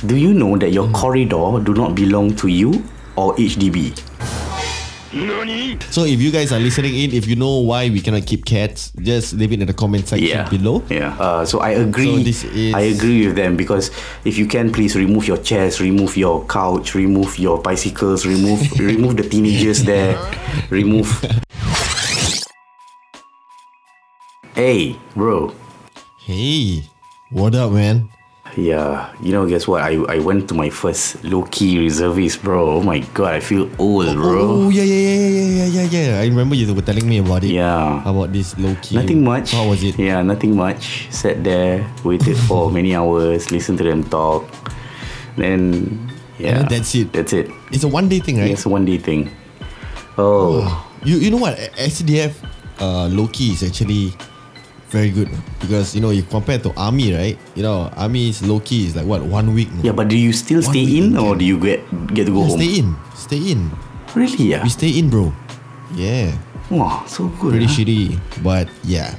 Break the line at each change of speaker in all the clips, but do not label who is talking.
Do you know that
Hmm.
your corridor do not belong to you or HDB?
So if you guys are listening in, if you know why we cannot keep cats, just leave it in the comment section
Yeah.
below.
Yeah. Uh, so I agree.
So this is-
I agree with them because if you can, please remove your chairs, remove your couch, remove your bicycles, remove remove the teenagers there, remove. Hey, bro.
Hey, what up, man?
Yeah, you know, guess what? I, I went to my first low key reservist, bro. Oh my god, I feel old, bro.
Oh yeah, yeah, yeah, yeah, yeah, yeah, yeah. I remember you were telling me about it.
Yeah.
About this low key.
Nothing much.
How was it?
Yeah, nothing much. Sat there, waited for many hours, listened to them talk. Then, yeah.
then that's it.
That's it.
It's a one day thing, right?
It's a one day thing. Oh,
You you know what? A- SDF uh, low key is actually very good because you know you compare to army, right? You know army's low key is like what one week.
yeah, but do you still
One
stay
week
in
in
or do you get get to go home?
Stay in, stay in.
Really, yeah.
We stay in, bro. Yeah,
Wow, so good. huh?
pretty shitty, but yeah,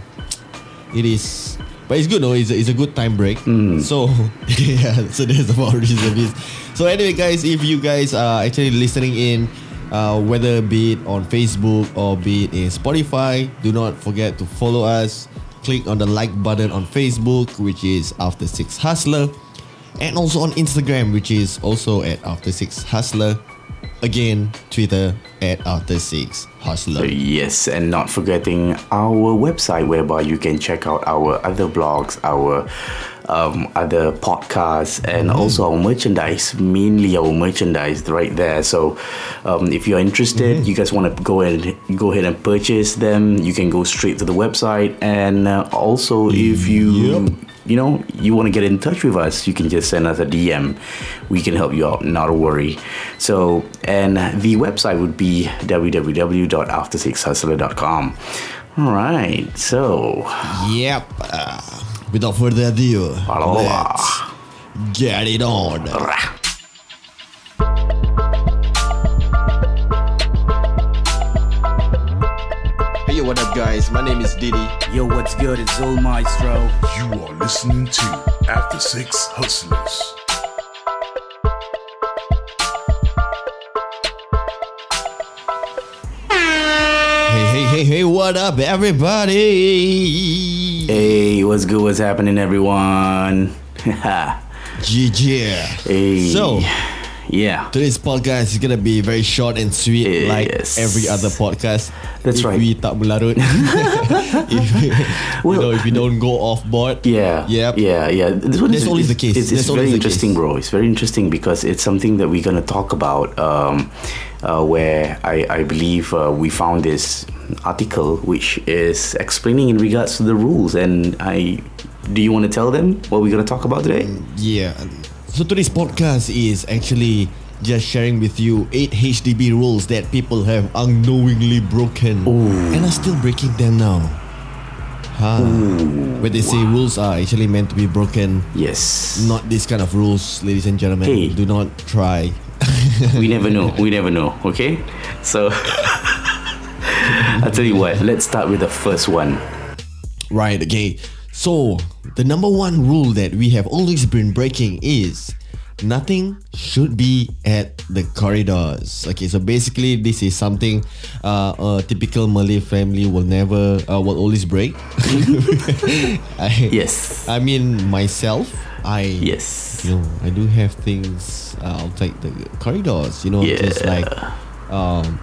it is. But it's good, no? It's a, it's a good time break. So yeah, so that's about reservist. So anyway, guys, if you guys are actually listening in. Uh, whether be it on Facebook or be it in Spotify, do not forget to follow us. Click on the like button on Facebook, which is After Six Hustler, and also on Instagram, which is also at After Six Hustler. Again, Twitter at After Six Hustler.
Yes, and not forgetting our website whereby you can check out our other blogs, our um, other podcasts, and also our merchandise, mainly our merchandise right there. So um, if you're interested, you guys want to go and go ahead and purchase them, you can go straight to the website. And uh, also, if you.
Yep.
You know, you want to get in touch with us, you can just send us a DM. We can help you out, not a worry. So, and the website would be www.aftersixhustler.com. All right, so
Yep. Uh, without further ado,
Hello.
let's get it on. Hey, what up, guys? My name is Diddy.
Yo, what's good? It's Zul Maestro.
You are listening to After Six Hustlers.
Hey, hey, hey, hey, what up, everybody?
hey, what's good? What's happening, everyone?
GG.
hey,
So,
yeah,
today's podcast is gonna be very short and sweet, like
Yes.
every other podcast.
That's
if
right.
We tak melarut. if, you
Well,
know, if we don't go off board.
yeah,
Yep.
yeah, yeah. This one
That's always the case.
It's, it's
That's always
very
the
interesting,
case.
bro. It's very interesting because it's something that we're gonna talk about. Um, uh, where I, I believe uh, we found this article which is explaining in regards to the rules. And I, do you want to tell them what we're gonna talk about today?
Mm. Yeah. So today's podcast is actually just sharing with you eight HDB rules that people have unknowingly broken and are still breaking them now. Huh. Where they say rules are actually meant to be broken.
Yes.
Not this kind of rules, ladies and gentlemen.
Hey.
Do not try.
we never know. We never know. Okay. So I tell you what. Let's start with the first one.
Right, okay. So, the number one rule that we have always been breaking is nothing should be at the corridors. Okay, so basically, this is something uh, a typical Malay family will never, uh, will always break. I,
Yes.
I mean, myself, I.
Yes.
You know, I do have things uh, outside the corridors, you know, just
Yeah.
like um,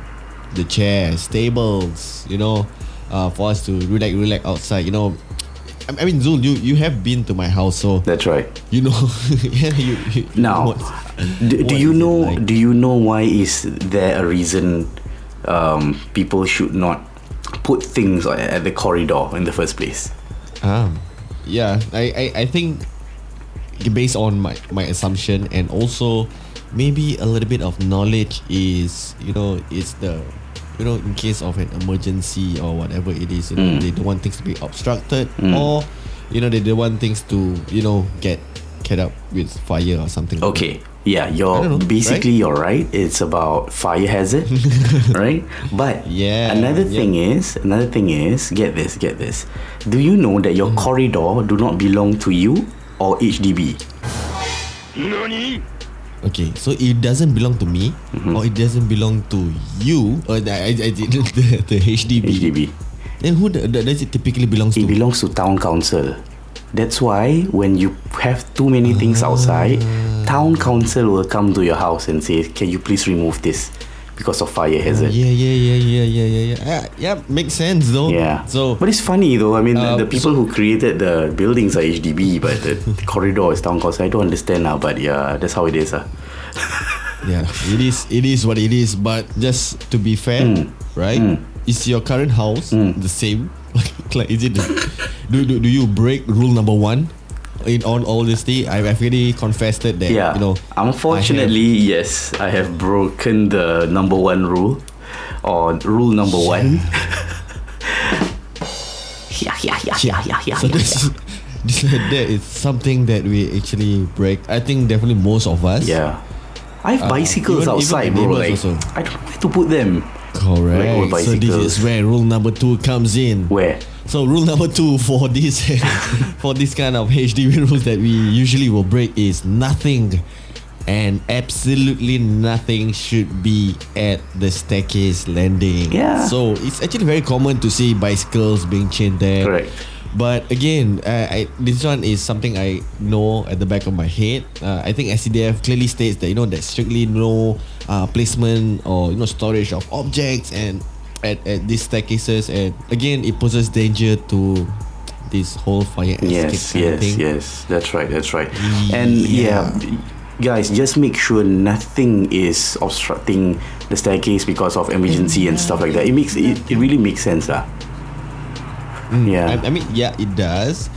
the chairs, tables, you know, uh, for us to relax, relax outside, you know. I I mean, Zul, you, you have been to my house, so
That's right.
you know. yeah, you, you, you know
Now,
what's-
do, do
what
you
is it
know?
like.
Do you know why is there a reason um, people should not put things at at the corridor in the first place?
Ah, yeah, I, I, I think based on my, my assumption and also maybe a little bit of knowledge is you know it's the you know in case of an emergency or whatever it is you know, they don't want things to be obstructed or you know they don't want things to you know get get up with fire or something like
Okay. Yeah, you're
don't know,
basically you're right. It's about fire hazard, right? But
Yeah,
another
yeah.
thing is, another thing is, get this, get this.
Mm.
Do you know that your corridor do not belong to you or HDB?
that. Okay, so it doesn't belong to me or it doesn't belong to you or the, I, I, the, the- the HDB.
HDB.
Then who the, the- does it typically belongs
It
to?
belongs to town council. That's why when you have too many things outside,
Ah.
town council will come to your house and say, "Can you please remove this because of fire hazard?"
yeah, yeah, yeah, yeah, yeah, yeah, yeah. Uh, yeah, makes sense though.
Yeah.
So
but it's funny though. I mean,
Uh,
the, the people who created the buildings are HDB, but the corridor is town council. I don't understand now, but yeah, that's how it is. Uh.
yeah, it is it is what it is. But just to be fair,
Hmm.
right? Is your current house the same? Like, like is it? do, do do you break rule number one? In on all this thing, I've already confessed that.
Yeah.
You know,
Unfortunately, yes, I have broken the number one rule, or rule number one. yeah, yeah, yeah, yeah, yeah, yeah.
So this, this that is something that we actually break. I think definitely most of us.
Yeah. I have bicycles
Uh, even- even
outside,
the
bro. Like,
neighbours also.
I don't know where to put them. Like old
Correct. so this is
bicycles.
where rule number two comes in.
Where?
So rule number two for this for this kind of HDB rules that we usually will break is nothing and absolutely nothing should be at the staircase landing.
Yeah.
So it's actually very common to see bicycles being chained there.
Correct.
But again, I, I, this one is something I know at the back of my head. Uh, I think SCDF clearly states that you know that strictly no uh, placement or you know storage of objects and at, at these staircases and again it poses danger to this whole fire escape
Yes,
kind of
yes,
thing.
yes. That's right, that's right. And yeah.
Yeah.
guys, just make sure nothing is obstructing the staircase because of emergency and stuff like that. It makes it, it really makes sense, lah. yeah.
Mm. I, I mean, yeah, it does.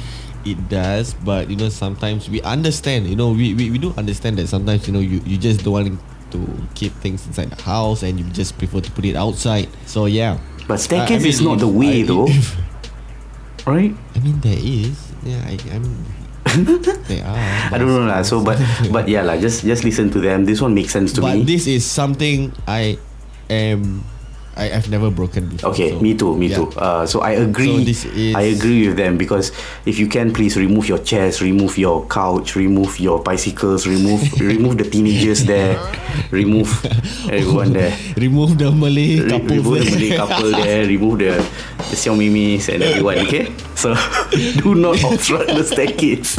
It does, but you know, sometimes we understand. You know, we, we, we do understand that sometimes you know you, you just don't want to keep things inside the house, and you just prefer to put it outside. So yeah,
but staircase
I- I
is
mean,
not the
if
way,
I-
though,
if-
right?
I mean, there is. Yeah, I, I mean, there are.
I don't know, lah. So, but but yeah, lah. Just just listen to them. This one makes sense to
but
me.
this is something I am. I, I've never broken before.
Okay,
so,
me too, me
yeah.
too. Uh, so I agree.
So this is-
I agree with them because if you can, please remove your chairs, remove your couch, remove your bicycles, remove remove the teenagers there, remove everyone there.
Remove the
Re-
Malay couple.
remove the Malay couple there, remove the, the Xiao Mimis and everyone, okay? So do not obstruct the staircase.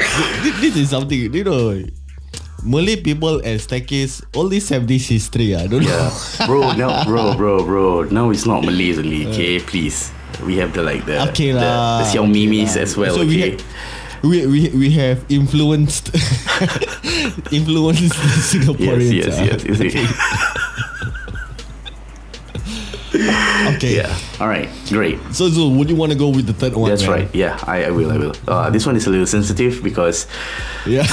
Thi- this is something you know. Malay people and staircase always have this history. I don't
Yeah. Bro, now bro, bro, bro. Now it's not Malays only, okay? Please. We have the like the
know. Okay
the,
lah.
the Xiao
okay
Mimis
lah.
as well,
So
okay?
We, ha- we we we have influenced influenced Singaporeans.
yes, yes,
ah.
yes, yes. yes.
Okay.
Yeah. All right. Great.
So Zul, would you want to go with the third one?
That's
man?
right. Yeah, I, I will. I will. Uh, this one is a little sensitive because
Yeah.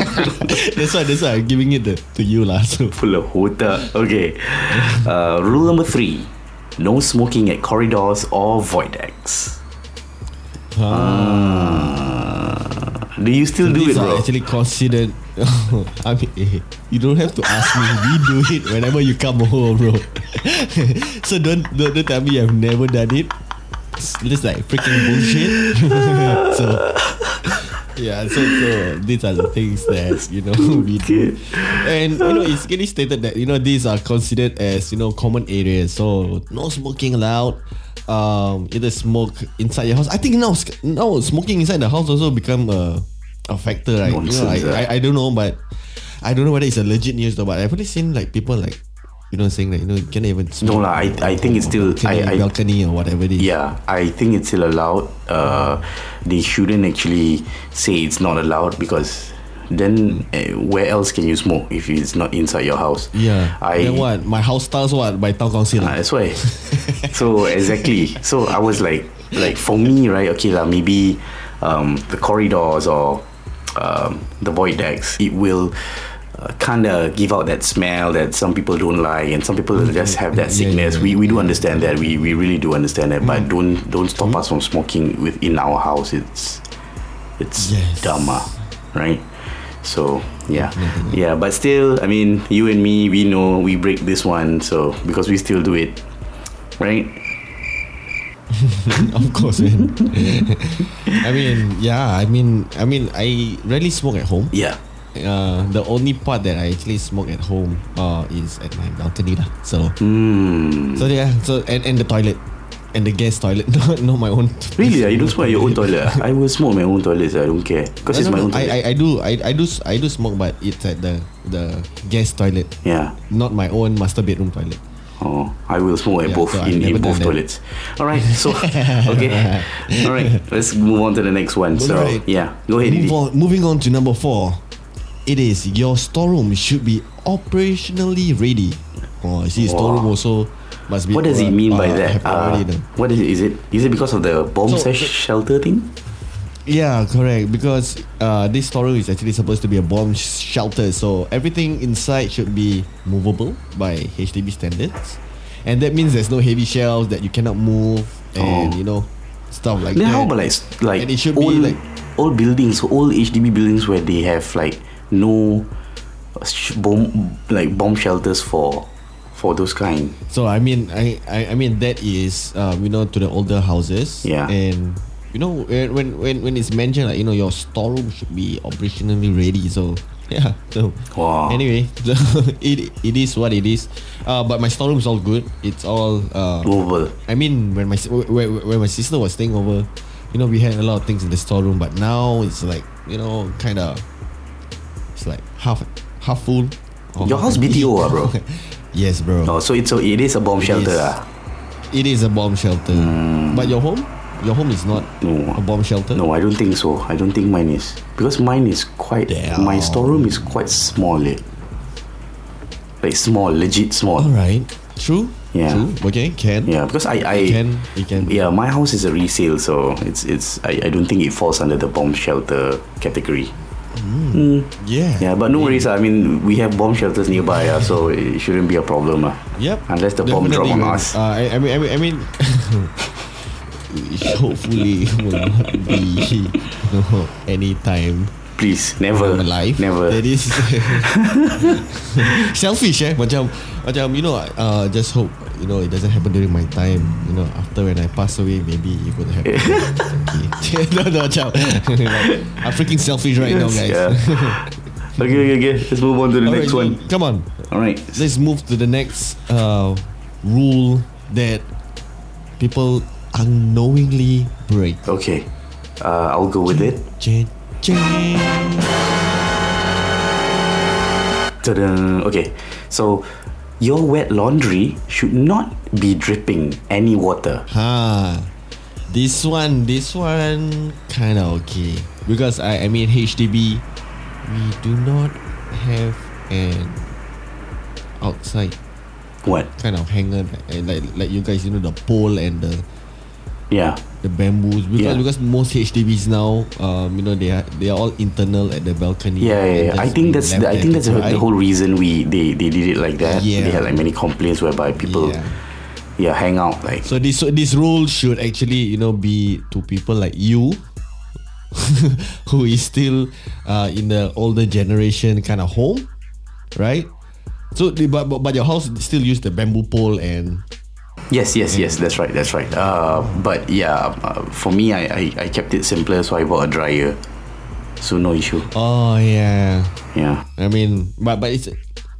that's why that's why I'm giving it the, to you lah. So
full of water. Okay. Uh, rule number three: no smoking at corridors or void decks. Ah. Do you still do it,
these
bro?
are actually considered. I mean, eh, you don't have to ask me. We do it whenever you come home, bro. so don't, don't don't tell me I've never done it. It's just like freaking bullshit. so yeah, so so these are the things that you know we do, and you know it's clearly stated that you know these are considered as you know common areas. So no smoking allowed. Um, either smoke inside your house. I think now sc- now smoking inside the house also become a a factor. Right? You know, I,
Nonsense, ah.
I I don't know, but I don't know whether it's a legit news though. But I've only seen like people like you know saying that you know you can't even smoke
No lah. I, I think it's still.
balcony,
I, I
balcony or whatever it is.
yeah. I think it's still allowed. Uh, they shouldn't actually say it's not allowed because then uh, where else can you smoke if it's not inside your house?
Yeah.
I
then what? My house stars what by town council.
Ah, that's why. so exactly. So I was like, like for me, right? Okay lah, maybe um, the corridors or um, the void decks. It will uh, kind of give out that smell that some people don't like, and some people just have that
Mm-hmm.
sickness.
Yeah, yeah, Mm.
We, we do understand that. We, we really do understand that. But don't don't stop us from smoking within our house. It's it's
Yes.
dumb, ah, right? So yeah,
Mm-hmm.
yeah. But still, I mean, you and me, we know we break this one, so because we still do it, right?
of course, man. I mean, yeah. I mean, I mean, I rarely smoke at home.
Yeah.
Uh, the only part that I actually smoke at home uh, is at my balcony lah. So,
Mm.
so yeah. So and, and the toilet, and the guest toilet, not, not my own.
Really? ah, You don't smoke at your own toilet? ah? I will smoke my own toilet. I don't care because it's
No,
my
no,
own
no, I,
toilet.
I, I do I, I do s- I do smoke, but it's at the the guest toilet,
yeah.
not my own master bedroom toilet.
Oh, I will smoke at
Yeah,
both
so I've
in, in
never
both
done
toilets. All right. So okay. All right. Let's move on to the next one. so
Alright.
yeah, go ahead.
Move
Didi.
on, moving on to number four, it is your storeroom should be operationally ready. Oh, I see. Storeroom also must be.
What does it mean by
uh,
that?
have already
Uh,
done.
what is it? Is it is it because of the bomb
So,
sesh
the-
shelter thing?
Yeah, correct. Because uh, this storeroom is actually supposed to be a bomb sh- shelter, so everything inside should be movable by HDB standards, and that means there's no heavy shelves that you cannot move, and
Oh.
you know, stuff like
Then
that.
how about like s- like
and it should be
old
like-
old buildings, old HDB buildings where they have like no uh, sh- bomb like bomb shelters for for those kind.
So I mean, I I, I mean that is um, you know to the older houses.
Yeah.
And you know when when when when it's mentioned like you know your storeroom should be operationally ready. So yeah. So
Wow.
anyway, so it it is what it is. Uh, but my storeroom is all good. It's all uh.
Movable.
I mean when my si- when, when my sister was staying over, you know we had a lot of things in the storeroom. But now it's like you know kind of it's like half half full. or
Your
half
house
empty.
BTO ah, bro?
yes, bro.
Oh, so it's a, it is a bomb
It
shelter.
is.
ah.
It is a bomb shelter. But your home? Your home is not
Hmm. No.
a bomb shelter?
No, I don't think so. I don't think mine is because mine is quite. My
Damn.
storeroom is quite small. Eh. Like small, legit small.
Alright. True?
Yeah.
True. Okay, can.
Yeah, because I, I
You can. You can.
Yeah, my house is a resale, so it's it's. I, I don't think it falls under the bomb shelter category.
Yeah.
Yeah, but no worries. ah. I mean, we have bomb shelters nearby, ah, so it shouldn't be a problem. ah.
Yep.
Unless the bomb drop
Definitely
on
will.
us.
Uh, I, I mean, I mean, I mean hopefully it will not be no, anytime
Please, never,
I'm alive
never.
That is Selfish eh Macam Macam you know uh, Just hope You know it doesn't happen during my time You know after when I pass away Maybe it would happen okay. No no macam like, I'm freaking selfish right now guys
Yeah. okay, okay, okay. Let's move on to the
All
next
right,
one.
Come on
All right.
Let's move to the next uh, Rule That People unknowingly break
Okay. Uh, I'll go with it.
Jin, jin.
Ta-da. Okay, so your wet laundry should not be dripping any water.
Ha. This one, this one kind of okay because I I mean HDB we do not have an outside
What?
kind of hanger like like, like you guys you know the pole and the
Yeah.
the bamboos because
Yeah.
because most HDBs now um you know they are they are all internal at the balcony.
Yeah, yeah,
and
yeah. I
just
think
being
that's
left
the, I
there
think
to
that's the-
dry.
the whole reason we they, they did it like that. They had
Yeah.
like many complaints whereby people, yeah,
Yeah.
hang out like.
So this so this rule should actually you know be to people like you, who is still uh, in the older generation kind of home, right? So the- but, but but your house still use the bamboo pole and
yes, yes, yes. That's right. That's right. Uh, but yeah, uh, for me, I, I I kept it simpler, so I bought a dryer, so no issue.
oh yeah,
Yeah.
I mean but but it's.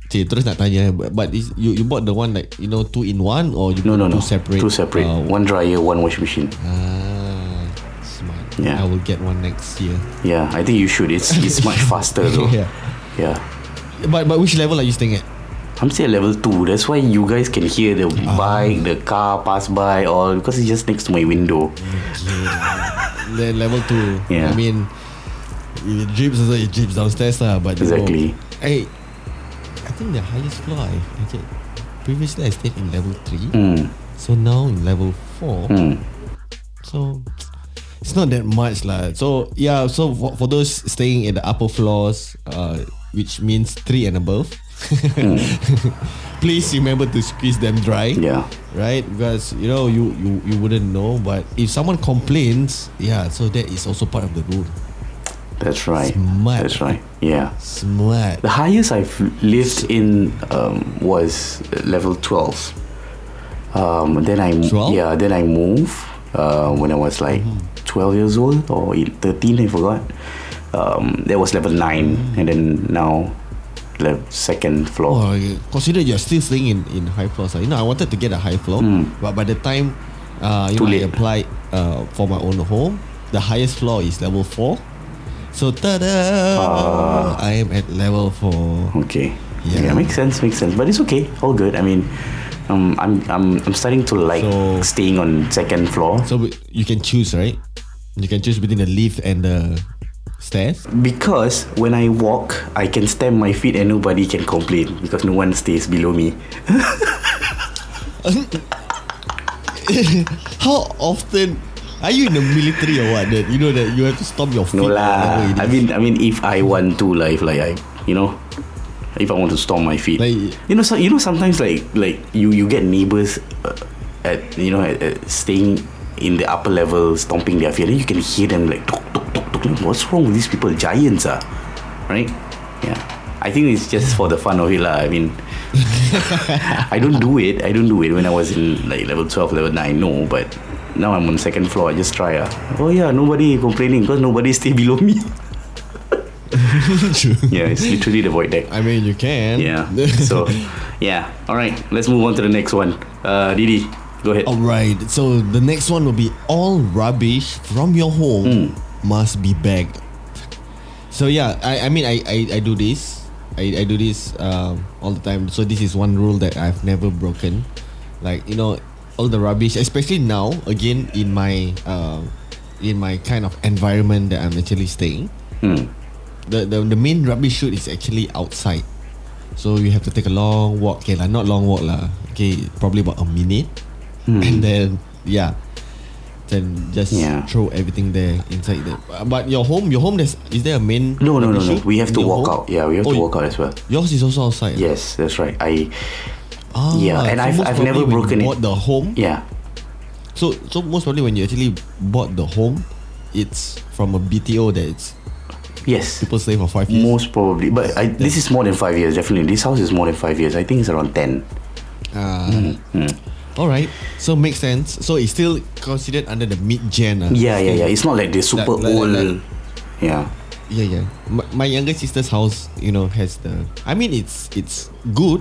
Okay, terus nak tanya but, but is, you you bought the one like you know two in one or you
No, no,
bought
no.
two separate
Two separate.
Uh,
one dryer, one washing machine.
ah, smart.
Yeah.
I will get one next year.
Yeah, I think you should. It's it's much faster though.
Yeah.
Yeah.
But but which level are you staying at?
I'm still at level 2. That's why you guys can hear the
Ah.
bike, the car pass by, all because it's just next to my window.
the level two.
Yeah.
I mean, it drips also it drips downstairs lah, but you know-
Exactly.
Hey, I think the highest floor I actually previously I stayed in level three,
Mm,
so now in level four.
mm.
So it's not that much lah. So yeah, so for, for those staying at the upper floors, uh, which means three and above, please remember to squeeze them dry.
Hmm. Yeah.
Right, because you know you, you you wouldn't know, but if someone complains, yeah, so that is also part of the rule.
That's right.
Smart.
That's right. Yeah.
Smart.
The highest I've lived in um, was level 12. Um, then I
12?
yeah, then I moved uh, when I was like 12 years old or 13, I forgot. Um, that was level 9, and then now, level second floor.
Oh, okay. consider you're still staying in, in high floors. ah. You know, I wanted to get a high floor, but by the time uh, you
Hmm. Too
know,
late.
I applied uh, for my own home, the highest floor is level four. So ta-da!
Ah.
I am at level four.
Okay.
Oh. Yeah.
Yeah. makes sense, makes sense. But it's okay, all good. I mean, um, I'm, I'm, I'm starting to like
So-
staying on second floor.
So we- you can choose, right? You can choose between the lift and the stairs.
Because when I walk, I can stamp my feet and nobody can complain because no one stays below me.
How often are you in the military or what? That you know that you have to stomp your feet.
No lah.
wherever it
I
is.
mean, I mean, if I want to, like, if, like I, you know, if I want to stomp my feet,
Like-
you know, so you know, sometimes like like you you get neighbors uh, at you know at, at staying in the upper level stomping their feet, and you can hear them like, tuk, tuk, tuk, tuk. Like, what's wrong with these people? Giants ah, right? Yeah. I think it's just for the fun of it lah. I mean, I don't do it. I don't do it when I was in like level 12, level 9, no, but now I'm on second floor. I just try. ah. Oh yeah, nobody complaining because nobody stay below me.
True.
yeah, it's literally the void deck.
I mean, you can.
Yeah. So, yeah. All right, let's move on to the next one. Uh, Didi, go ahead.
All right. So the next one will be all rubbish from your home must be bagged. So yeah, I, I mean I, I, I do this. I, I do this um, all the time. So this is one rule that I've never broken. Like you know, all the rubbish, especially now again in my uh, in my kind of environment that I'm actually staying. The, the the main rubbish chute is actually outside. So you have to take a long walk. Okay, lah, not long walk lah. Okay, probably about a minute.
Hmm.
And then yeah. Then just
Yeah.
throw everything there inside there. But your home, your home there's is there a main
No, no, no,
rubbish
no.
chute
We have
in
to
your
walk
home?
out. Yeah, we have
Oh,
to walk out as well.
Yours is also outside.
Yes, that's right. I.
Ah,
Yeah, and
so
I've-
most
I've never
probably when you
broken it.
bought the home.
Yeah.
So so most probably when you actually bought the home, it's from a BTO that it's
Yes.
people stay for five years.
Most probably, but I, this is more than five years. Definitely, this house is more than five years. I think it's around ten.
Ah.
Mm-hmm.
All right. So makes sense. So it's still considered under the mid gen. ah.
Yeah, yeah, yeah. It's not like the super
Like- like-
old.
like-
yeah.
Yeah, yeah. My, my younger sister's house, you know, has the. I mean, it's it's good,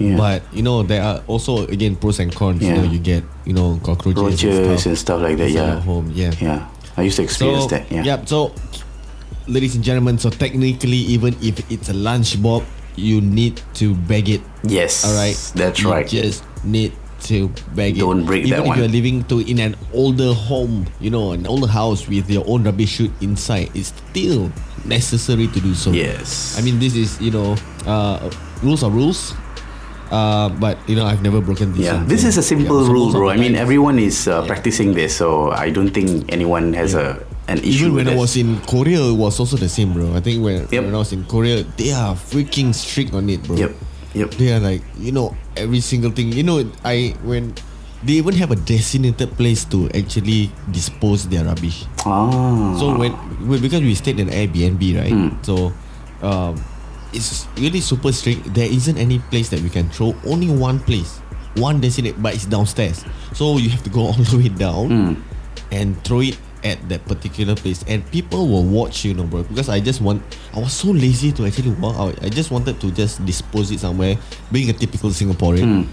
Yeah.
but you know there are also again pros and cons. You
Yeah.
know, you get you know cockroaches, and
roaches and
stuff
stuff like that.
inside
Yeah.
your home. Yeah.
Yeah. I used to experience
So
that. Yeah.
Yep. So, ladies and gentlemen, so technically, even if it's a lunch box, you need to bag it.
Yes.
All right.
That's
you
right.
Just need to bag it.
Don't break that
even if
one.
you're living to in an older home, you know, an older house with your own rubbish chute inside, it's still necessary to do so.
Yes.
I mean, this is you know, uh, rules are rules. Uh, but you know, I've never broken this.
Yeah,
one,
this
so-
is a simple
yeah, so
rule,
most of
bro. I
the
mean,
time-
everyone is uh, practicing this, so I don't think anyone has a an issue
Even when
with
I
this.
was in Korea, it was also the same, bro. I think when,
Yep.
when I was in Korea, they are freaking strict on it, bro.
Yep, yep.
They are like, you know, every single thing. You know, I when they even have a designated place to actually dispose their rubbish.
Ah.
So when well, because we stayed in Airbnb, right? So, um, it's really super strict. There isn't any place that we can throw. Only one place, one designated, but it's downstairs. So you have to go all the way down and throw it at that particular place. And people will watch you, know, bro. Because I just want, I was so lazy to actually walk out. I just wanted to just dispose it somewhere. Being a typical Singaporean.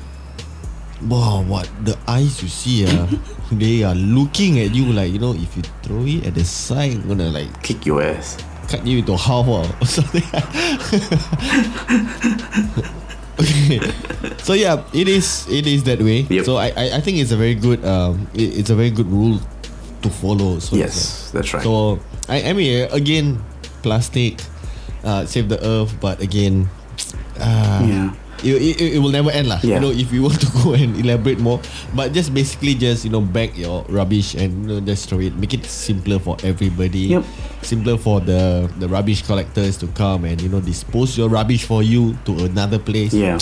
Wow, what the eyes you see, uh, they are looking at you like you know if you throw it at the side, I'm gonna like
kick your ass.
cut you into half ah, or something. okay, so yeah, it is it is that way.
Yep.
So I, I I think it's a very good um it, it's a very good rule to follow. So it's like-
Yes, that's right.
so I, I mean again, plastic, uh, save the earth, but again, uh,
Yeah.
It, it, it will never end lah.
Yeah.
You know, if you want to go and elaborate more, but just basically just you know bag your rubbish and you know, just throw it. Make it simpler for everybody.
Yep.
Simpler for the the rubbish collectors to come and you know dispose your rubbish for you to another place.
yeah,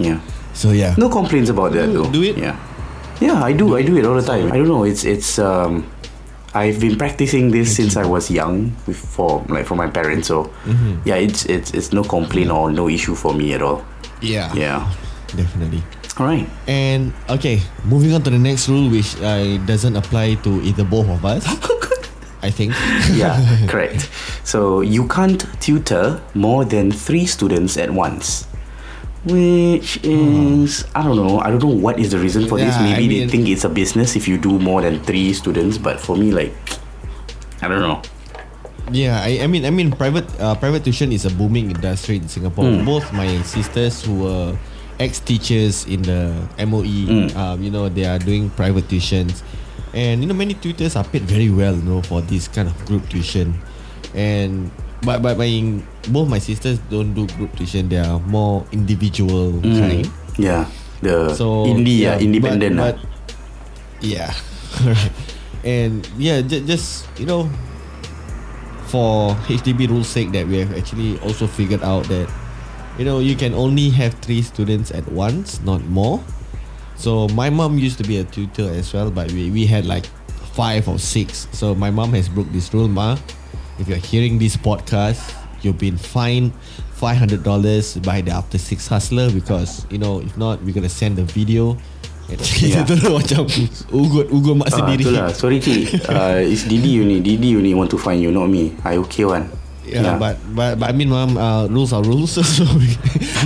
yeah.
So yeah.
No complaints about that though.
Do- do it.
Yeah, yeah. I do. I do it all the time. I don't know. It's it's. Um, I've been practicing this since I was young, with- for like for my parents. So
Mm-hmm.
yeah, it's it's it's no complaint or no issue for me at all.
Yeah.
Yeah.
Definitely.
Right.
And okay, moving on to the next rule, which uh, doesn't apply to either both of us. I think.
Yeah, correct. So you can't tutor more than three students at once. Which is I don't know. I don't know what is the reason for this.
Hmm. Yeah, I
Maybe they
mean-
think it's a business if you do more than three students, but for me like I don't know.
Yeah, I, I mean, I mean, private uh, private tuition is a booming industry in Singapore. Both my sisters who were ex teachers in the MOE, um, you know, they are doing private tuitions, and you know, many tutors are paid very well, you know, for this kind of group tuition, and but but my both my sisters don't do group tuition; they are more individual kind.
Yeah. The
So
indie
yeah,
yeah, independent.
but, but,
ah.
yeah, Alright. and yeah, j- just you know, for HDB rules sake, that we have actually also figured out that you know you can only have three students at once, not more. So my mom used to be a tutor as well, but we, we had like five or six. So my mom has broke this rule, ma. If you're hearing this podcast, you've been fined five hundred dollars by the after six hustler because you know if not we're gonna send the video.
Yeah.
Kita terus macam ugut ugut mak
Ah,
sendiri.
itulah. Sorry cik. uh, it's Didi you ni. Didi you ni want to find you, not me. I okay one.
Yeah, but but but I mean, mom, uh, rules are rules, so we,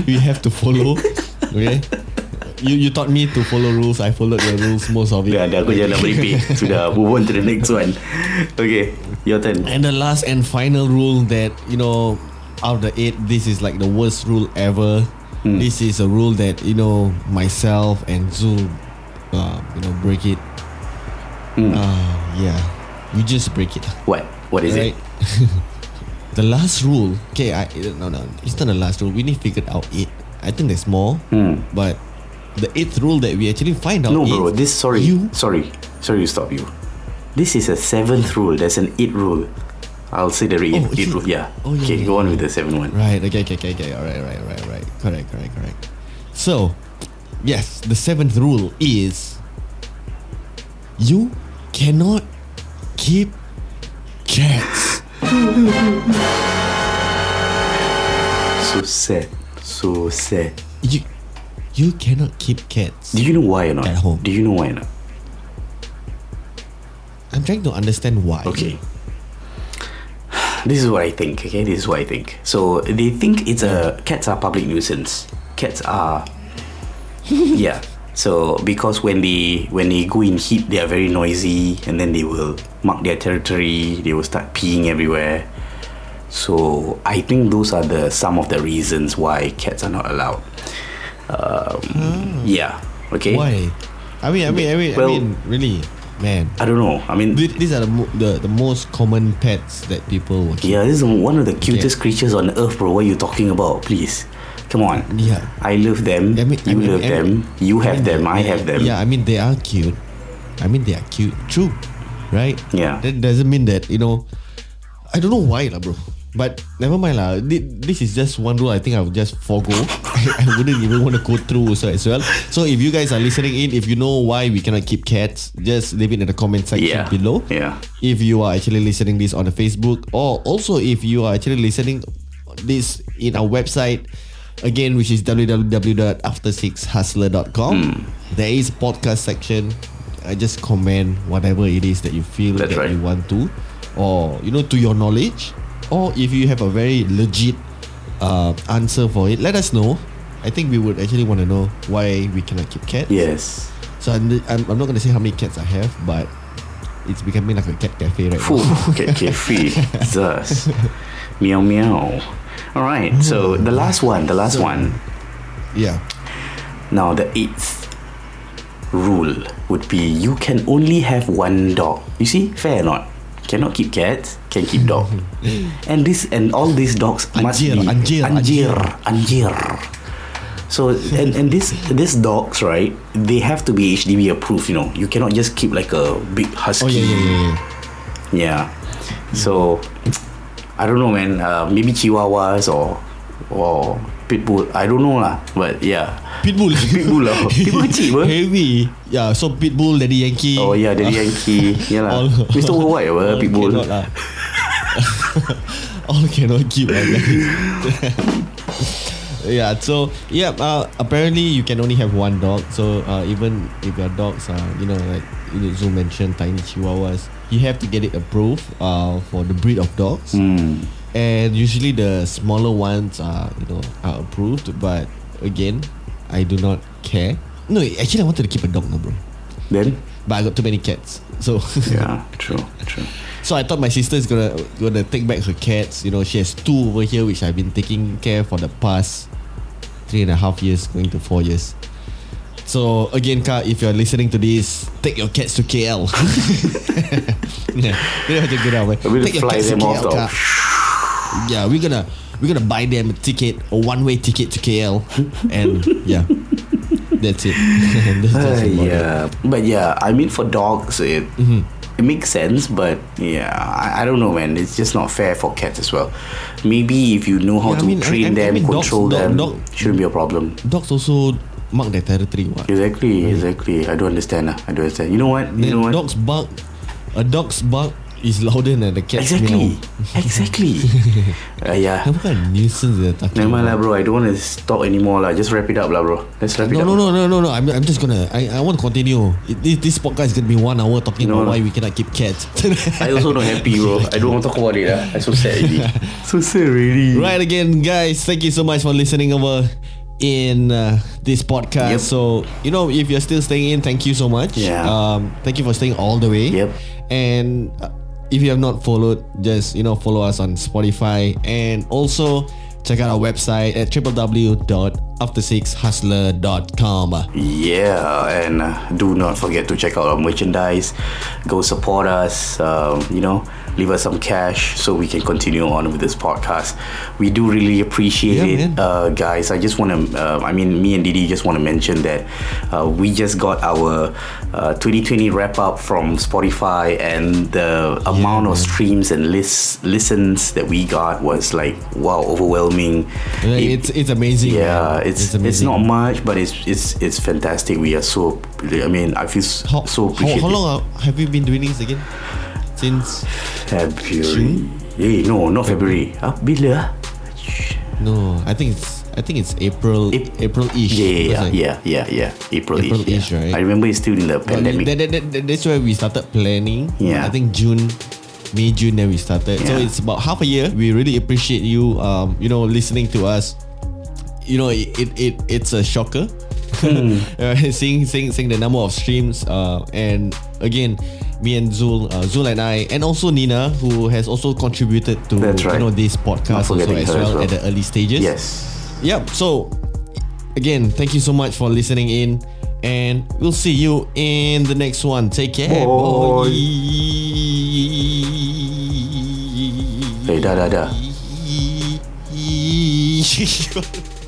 we have to follow. Okay, you you taught me to follow rules. I followed your rules most of it.
Dah, dah aku jangan nak meripik Sudah move on to the next one Okay Your turn
And the last and final rule that you know, out of the eight, this is like the worst rule ever.
Hmm.
This is a rule that you know myself and Zul, uh, you know, break it.
Hmm.
Uh, yeah, you just break it.
What? What is it?
the last rule. Okay, I no no. It's not the last rule. We need to figure out it. I think there's more. But the eighth rule that we actually find out.
Hmm. No bro
is
This sorry
You
Sorry Sorry to stop you This is a seventh rule There's an eight rule I'll say the eight,
Oh,
eight
eight.
rule Yeah
Oh, yeah,
Okay
yeah,
go on
yeah.
with the seven one
right. Okay okay okay okay. All right right right right. Correct correct correct. So, yes, the seventh rule is you cannot keep cats.
So sad So sad
You you cannot keep cats.
Do you know why or not?
At home.
Do you know why or not?
I'm trying to understand why.
Okay. This is what I think. Okay, this is what I think. So they think it's a cats are public nuisance. Cats are, yeah. So because when they when they go in heat, they are very noisy, and then they will mark their territory. They will start peeing everywhere. So I think those are the some of the reasons why cats are not allowed. Um, Yeah. Okay.
Why? I mean, I mean, I mean,
Eh. Well-
I mean, really, man.
I don't know. I mean,
Th- These are the, mo- the the most common pets that people will keep.
Yeah, this is one of the cutest creatures on earth, bro. What are you talking about? Please. Come on.
Yeah.
I love them.
I mean- I
you
mean-
love
I
them.
mean-
you have
I mean,
them. I
they-
have them.
Yeah, I mean they are cute. I mean they are cute. True, right?
Yeah.
That doesn't mean that you know. I don't know why, lah, bro. But never mind, lah. Thi- This is just one rule. I think I would just forego. I, I wouldn't even want to go through also as well. So if you guys are listening in, if you know why we cannot keep cats, just leave it in the comment section
Yeah.
below.
Yeah.
if you are actually listening this on the Facebook or also if you are actually listening this in our website again which is www.aftersixhustler.com
Hmm.
there is podcast section I just comment whatever it is that you feel
That's
that
right.
you want to or you know to your knowledge or if you have a very legit uh, answer for it let us know I think we would actually want to know why we cannot keep cats
Yes.
so I'm, I'm, I'm not gonna say how many cats I have, but it's becoming like a cat cafe right
Phew.
now.
okay, okay, free. Zus. Meow meow. All right. So the last one, the last one.
Yeah.
Now the eighth rule would be you can only have one dog. You see, fair or not? Cannot keep cats, can keep dog. and this and all these dogs must
Anjir,
be
anjir,
anjir, anjir. So and and this these dogs right, they have to be HDB approved. You know, you cannot just keep like a big husky.
Oh yeah, yeah, yeah, yeah.
Yeah. So I don't know, man. Uh, maybe Chihuahuas or or Pitbull. I don't know lah. But yeah.
Pitbull.
Pitbull lah. Pitbull kecil apa?
Heavy. Yeah. So pitbull, Daddy Yankee.
Oh yeah, Daddy Yankee. Yeah lah.
All-
Mr. Worldwide apa,
all
Pitbull.
cannot lah. all cannot keep. lah, guys. yeah. So yeah. Uh, apparently, you can only have one dog. So uh, even if your dogs are, you know, like you Zoom mentioned, tiny chihuahuas, you have to get it approved uh, for the breed of dogs.
Hmm,
And usually, the smaller ones are, you know, are approved. But again, I do not care. No, actually, I wanted to keep a dog, no, bro.
Then, Ah.
But I got too many cats, so
yeah, true, true.
So I thought my sister is gonna gonna take back her cats. You know, she has two over here, which I've been taking care for the past three and a half years, going to four years. So again, Kak, if you're listening to this, take your cats to KL. yeah, we don't have to get out. man.
We'll
Take your
fly
cats to
them off
KL,
though.
Kak. Yeah, we're gonna we're gonna buy them a ticket, a one way ticket to KL, and yeah, that's it. That's- that's
Uh,
about it. Mm-hmm.
yeah, but yeah, I mean for dogs, it it makes sense, but yeah, I, I don't know, man. It's just not fair for cats as well. Maybe if you know how
Yeah, I
to
mean, I-
train
I- I
them,
mean, dogs-
control
dog-
them,
dog-
shouldn't be a problem.
Dogs also mark their territory. What?
Exactly, exactly. I don't understand. ah. I don't understand. You know what? You
Mm-hmm. Then
know what?
dog's bark A dog's bark Is louder than a cat's
exactly,
meow
exactly. uh, yeah.
Apa kan nuisance dia tak
Never mind lah, bro. I don't want to talk anymore lah. Just wrap it up lah, bro. Let's wrap it
No
up.
no no no no no. I'm, I'm just gonna I, I want to continue it, this, this podcast is gonna be one hour Talking
No,
about
no.
why we cannot keep cats
I also not happy, bro. I don't want to talk about it lah. I'm so sad already. so sad already.
Right again guys Thank you so much for listening over in uh, this podcast
Yep.
so you know if you're still staying in thank you so much
Yeah.
um, thank you for staying all the way
Yep.
and uh, if you have not followed just you know follow us on Spotify and also check out our website at www.aftersixhustler.com
Yeah, and uh, do not forget to check out our merchandise. Go support us. Um, you know, leave us some cash so we can continue on with this podcast. We do really appreciate
Yeah,
it,
man.
uh, guys. I just want to. Uh, I mean, me and Didi just want to mention that uh, we just got our uh, 2020 wrap up from Spotify, and the amount of streams and lists listens that we got was like wow, overwhelming. It-
it's it's amazing
yeah,
man.
it's it's,
amazing.
not much, but it's it's it's fantastic. We are so. I mean, I feel s-
how,
so
how,
appreciated.
how long are- have you been doing this again since
February? Eh, no, not February. Ah, bila? ah?
No, I think it's I think it's April
Ap-
April ish.
Yeah, yeah, yeah, yeah, yeah. April ish.
April-ish,
yeah.
right?
I remember it's still in the pandemic.
That, that, that, that's where we started planning.
Yeah.
I think June, May June then we started. So
Yeah.
it's about half a year. We really appreciate you. Um, you know, listening to us. You know, it it, it it's a shocker.
Hmm.
Uh, seeing seeing seeing the number of streams. Uh, and again. Me and Zul, uh, Zul and I, and also Nina, who has also contributed to
That's right.
you know this podcast also
forgetting
as
her as well.
well, at the early stages.
yes.
Yep. So, again, thank you so much for listening in, and we'll see you in the next one. Take care.
Boy.
boy.
Hey, dah dah dah.